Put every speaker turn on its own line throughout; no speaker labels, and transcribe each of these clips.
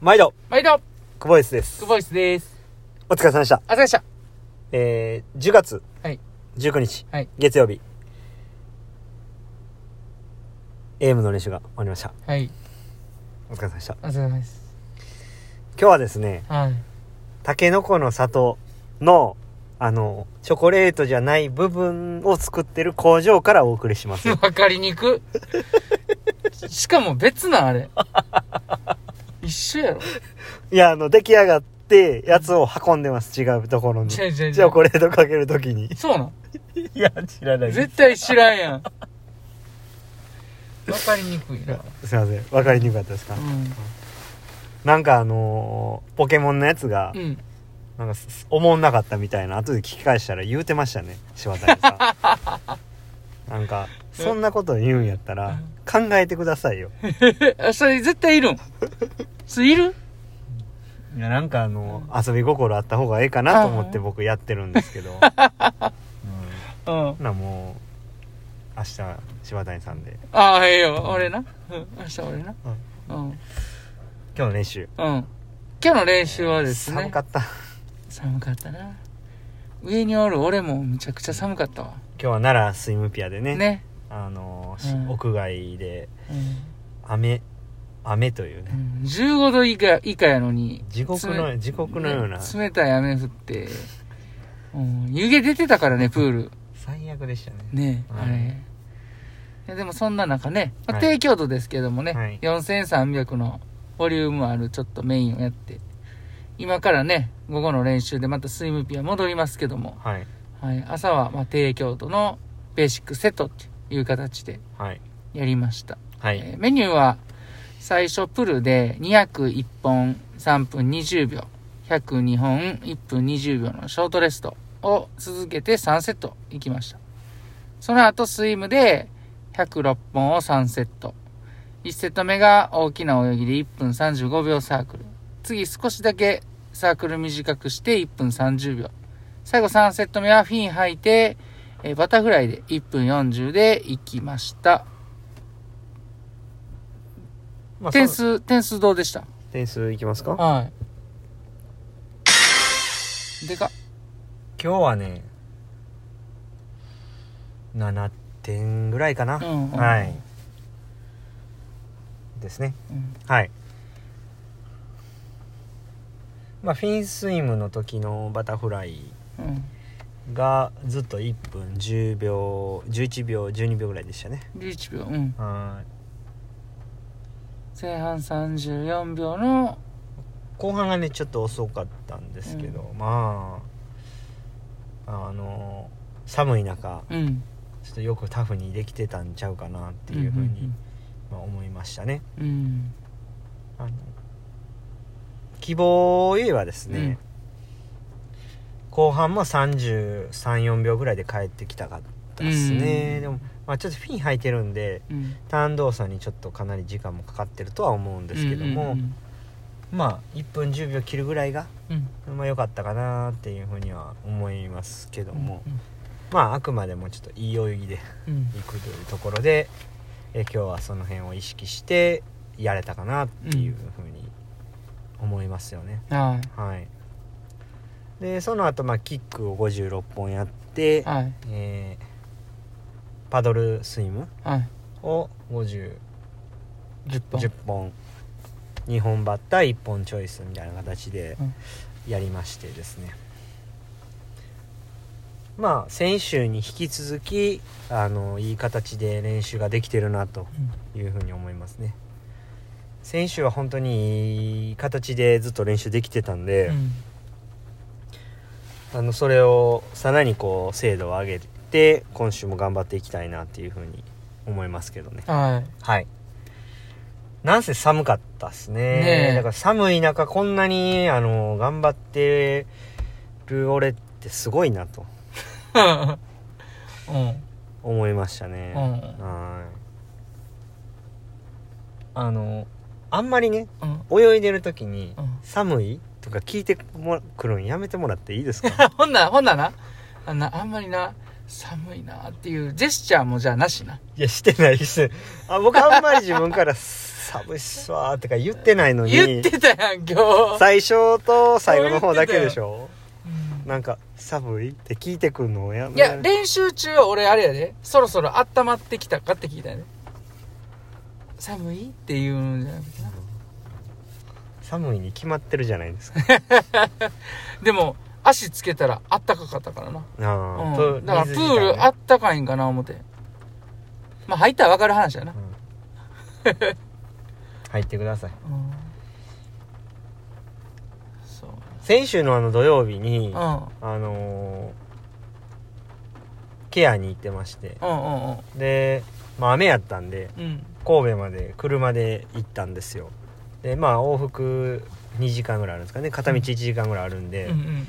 毎度、
毎度、
久保スです
ク。ボイスです。
お疲れ様でした。
あざでした。
えー、10月
はい。
19日、
はい
月曜日、エームの練習が終わりました。
はい。
お疲れ様でした。
あざです。
今日はですね、
はい。
タケノコの里の、あの、チョコレートじゃない部分を作ってる工場からお送りします。
わかりにく。しかも別なあれ。一緒やろ。
いや、あの、出来上がって、やつを運んでます。違うところに。
違う違う違う。
チョコレートかけるときに
そうなん。
いや、知ら な
絶対知らんやん。わかりにくいな。
すいません。わかりにくかったですか、
う
なんかあのーポケモンのやつが
ん。、うん。
なんかす、す思んなかったみたいな、後で聞き返したら言うてましたね、柴谷さん。なんか、そんなこと言うんやったら、考えてくださいよ。
え、あそれ絶対いるん。それいる
いや、なんかあの、遊び心あった方がええかなと思って僕やってるんですけど。うん。
うん。
ほな、もう、明日、柴谷さんで。
ああ、ええよ。俺な。うん。明日俺な。うん。
今日の練習。
うん。今日の練習はですね。
寒かった。
寒かったな上におる俺もむちゃくちゃ寒かったわ
今日は奈良スイムピアでね、
ね
あのーし
うん
屋外で、
うん
雨、雨というね。
うん15度以下以下やのに
地獄
つ
の、
め
地獄のような
ね、冷たい雨降って、うん、湯気出てたからねプール
最悪でしたね。
ね
うん
あれいやでもそんな中ね、まあ、
はい
低強度ですけどもね、
はい
4300のボリュームあるちょっとメインをやって今からね午後の練習でまたスイムピア戻りますけども、
はい。
はい、朝はまあ低強度のベーシックセットっていう形で
はい。
やりました、
は
え
い。
ーメニューは最初プルで201本3分20秒102本1分20秒のショートレストを続けて3セットいきましたその後スイムで106本を3セット1セット目が大きな泳ぎで1分35秒サークル次少しだけサークル短くして1分30秒最後3セット目はフィン吐いて、えーバタフライで1分40でいきました
まあ
点
そう
数、点数どうでした
点数いきますか
はい。でかっ。
今日はね、7点ぐらいかな。
うん
はい。ですね。
うん
はい。まあ、フィンスイムの時のバタフライ
うん。
がずっと1分10秒、11秒、12秒ぐらいでしたね。
11秒。うん。
はい。
前半34秒の、
後半がねちょっと遅かったんですけど、まああの寒い中
うん。
ちょっとよくタフにできてたんちゃうかなっていうふうに、まあ、思いましたね
うん。うん。
あの希望を言えばですね、後半も334秒ぐらいで帰ってきたかったですね、
うん
でも、まあ、ちょっとフィン履いてるんで
うん。
ターン動作にちょっとかなり時間もかかってるとは思うんですけども、
うん
まあ1分10秒切るぐらいが
うんうん。
まあ良かったかなっていうふうには思いますけど
うん。
も、まああくまでもちょっといい泳ぎで
うん。
いくというところで、え今日はその辺を意識してやれたかなっていうふうに思いますよね、
うん。はい。
はいでその後まあキックを56本やって、
はい。
えーパドルスイム
はい。
を50
10
10
本。
本2本バッター1本チョイスみたいな形で
うん
やりましてですね、まあ先週に引き続きあのいい形で練習ができてるなというふうに思いますね先週は本当にいい形でずっと練習できてたんで、
うん。
あのそれをさらにこう精度を上げて今週も頑張っていきたいなっていうふうに思いますけどね
は
はい。なんせ寒かったっすね。
ねえ
だから寒い中こんなに、あの、頑張ってる俺ってすごいなと
い。うん。
思いましたね。
うん
はい。あの、あんまりね、
うん。
泳いでる時に
うん、
寒いとか聞いてもらくるんやめてもらっていいですか
ほんなら、ほんならなあんな、あんまりな、寒い なっていうジェスチャーもじゃあなしな。
いや、してないです。あ僕あんまり自分から寒いっすわーってか言ってないのに
言ってたやん今日
最初と最後の方だけでしょ
うん
なんか寒いって聞いてくんのや
いや練習中は俺あれやでそろそろ温まってきたかって聞いたよね寒いっていうんじゃなくてな
寒いに決まってるじゃないです か
でも足つけたらあったかかったからな
ああ、
うん、だからプ
水着
ー
ね
ルあったかいんかな思ってまあ入ったら分かる話やな、
うん入ってください
うん、そう
先週のあの土曜日に、
うんうん
あのーケアに行ってまして
うんうん
で、まあ、雨やったんで
うん
神戸まで車で行ったんですよでまあ往復2時間ぐらいあるんですかね片道1時間ぐらいあるんで、
うんうんうん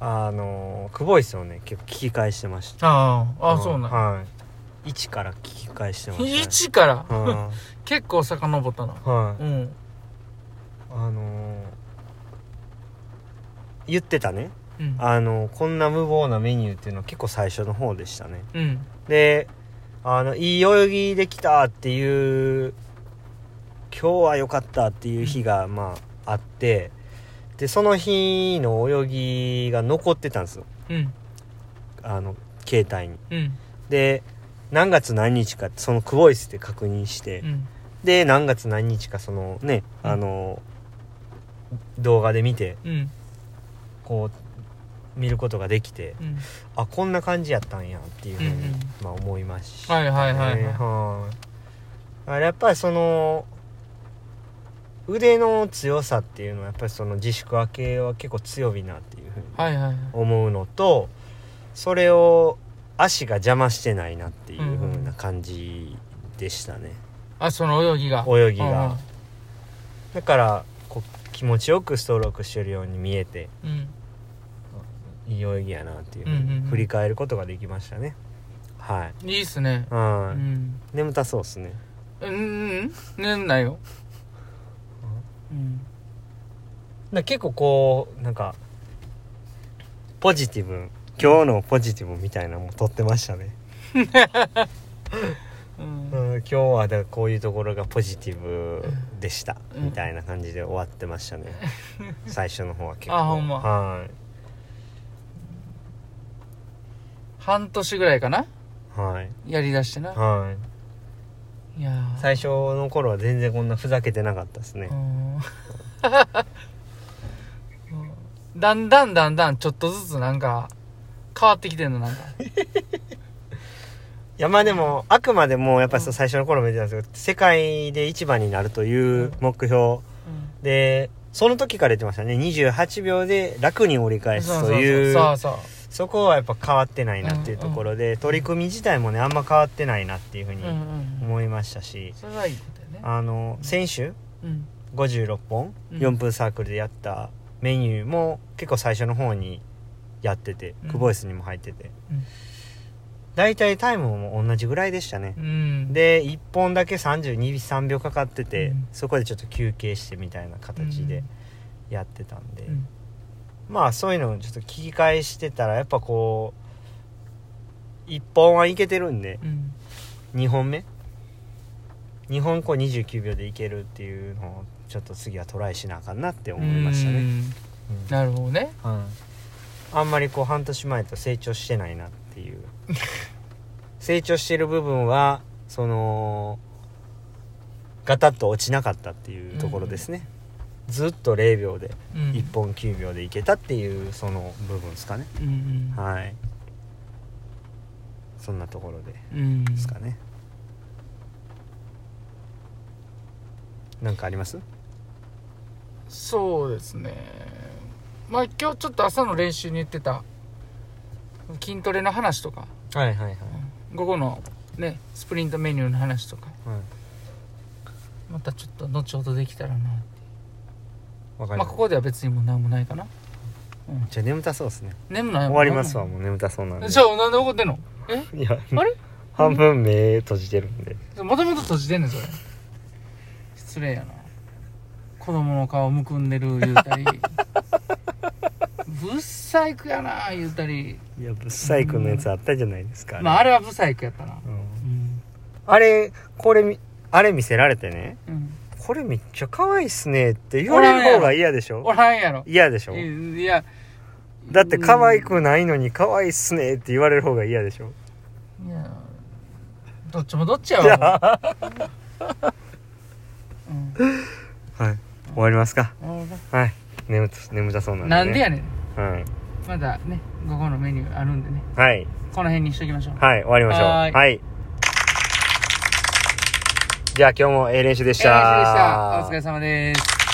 あのー、久保井さんをね結構聞き返してました
ああああそうなんや
はい一から聞き返してました、ね、
一から
は、
結構遡ったない
は
う
い、
ん
あのー、言ってたね
うん
あのこんな無謀なメニューっていうのは結構最初の方でしたね
うん
であのいい泳ぎできたっていう今日は良かったっていう日がまああってでその日の泳ぎが残ってたんですよ
うん
あの携帯に
うん
で何月何日かってそのクボイスで確認して、
うん
で何月何日かそのね
うん
あの、動画で見て
うん
こう見ることができて
うん
あこんな感じやったんやっていうふうに、
うんうん
まあ、思いますし、
はいはいはいはい
ねはいあれやっぱりその腕の強さっていうのはやっぱりその自粛明けは結構強いなっていうふうに
はいはいはい
思うのとそれを足が邪魔してないなっていうふうな感じでしたね、
あその泳ぎが
泳ぎがだからこう気持ちよくストロークしてるように見えて
うんうん
いい泳ぎやなっていうふう
うんうんうん
に振り返ることができましたね、はい
うんいいっすねう
はい、
ん
眠たそうですね
うんうん寝んなようん
だから結構こうなんかポジティブ今日のポジティブみたいなのも撮ってましたね、
うん
うん、今日はだからこういうところがポジティブでした、
うん
みたいな感じで終わってま したね最初の方は結構
あほんま
はい
半年ぐらいかな
はい
やりだしてな
はい
いやー
最初の頃は全然こんなふざけてなかったですね
う、んだんだんだんだんちょっとずつなんか変わってきてんのなんか
いやまあでもあくまでもやっぱり
うん
最初の頃も言ってたんですけど世界で一番になるという目標でその時から言ってましたね28秒で楽に折り返す
そう
という
そうそう
そこはやっぱ変わってないなっていうところで、取り組み自体もねあんま変わってないなっていうふうに
うんうん
思いましたし、
それはいいことだよね
あの先週
うん
56本
うん
4分サークルでやったメニューも結構最初の方にやってて、
うん
クボイスにも入ってて、
うん
だいたいタイムも同じぐらいでしたね
う、ん
で1本だけ323秒かかってて、
うん
そこでちょっと休憩してみたいな形でやってたんで、
うん
まあそういうのをちょっと聞き返してたらやっぱこう1本はいけてるんで
うん
2本目2本こう29秒でいけるっていうのをちょっと次はトライしなあかんなって思いました
う
ね、う
ん
ん
なるほどね
はいあんまりこう半年前と成長してないなって いう成長してる部分はそのガタッと落ちなかったっていうところですね、ずっと0秒で
うん
1本9秒でいけたっていうその部分ですかね
うんうん
はいそんなところで
うん
ですかねなんかあります
そうですねまあ今日ちょっと朝の練習に言ってた筋トレの話とか
はいはいはい、
午後のねスプリントメニューの話とか
はい、
またちょっと後ほどできたらな
わかり
ま
ま
あ
す、
ここでは別にもう何もないかな
じゃあ眠たそうですね
眠ない
終わりますわ
も
もう眠たそうなんで
じゃあなんで怒ってんのえ
いや
あれ
半分目閉じてるんで
もともと閉じてんねんそれ失礼やな子供の顔むくんでる言うたりブサイクやな言うたり
いやブサイクのやつあったじゃないですか、
まああれはブサイクやったな
うん
うん、
あれこれみあれ見せられてね
うん、
「これめっちゃ可愛いっすねって言われる方が嫌でし
お
ょ
らんやろ。
嫌でしょ
いや、
だって可愛くないのに可愛いっすねって言われる方が嫌でしょ
いや、どっちもどっちや
じ
わ。
ゃあ
うん
はい終わりますか
あら
はい眠た眠たそうなんで、ね、
なんでやねん。
はい
まだね、午後のメニューあるんでね、
はい
この辺にしときましょう。
はい、終わりましょう。
はー
はいい。じゃあ今日もええ練習でし
えー
た。
練習でした。お疲れ様です。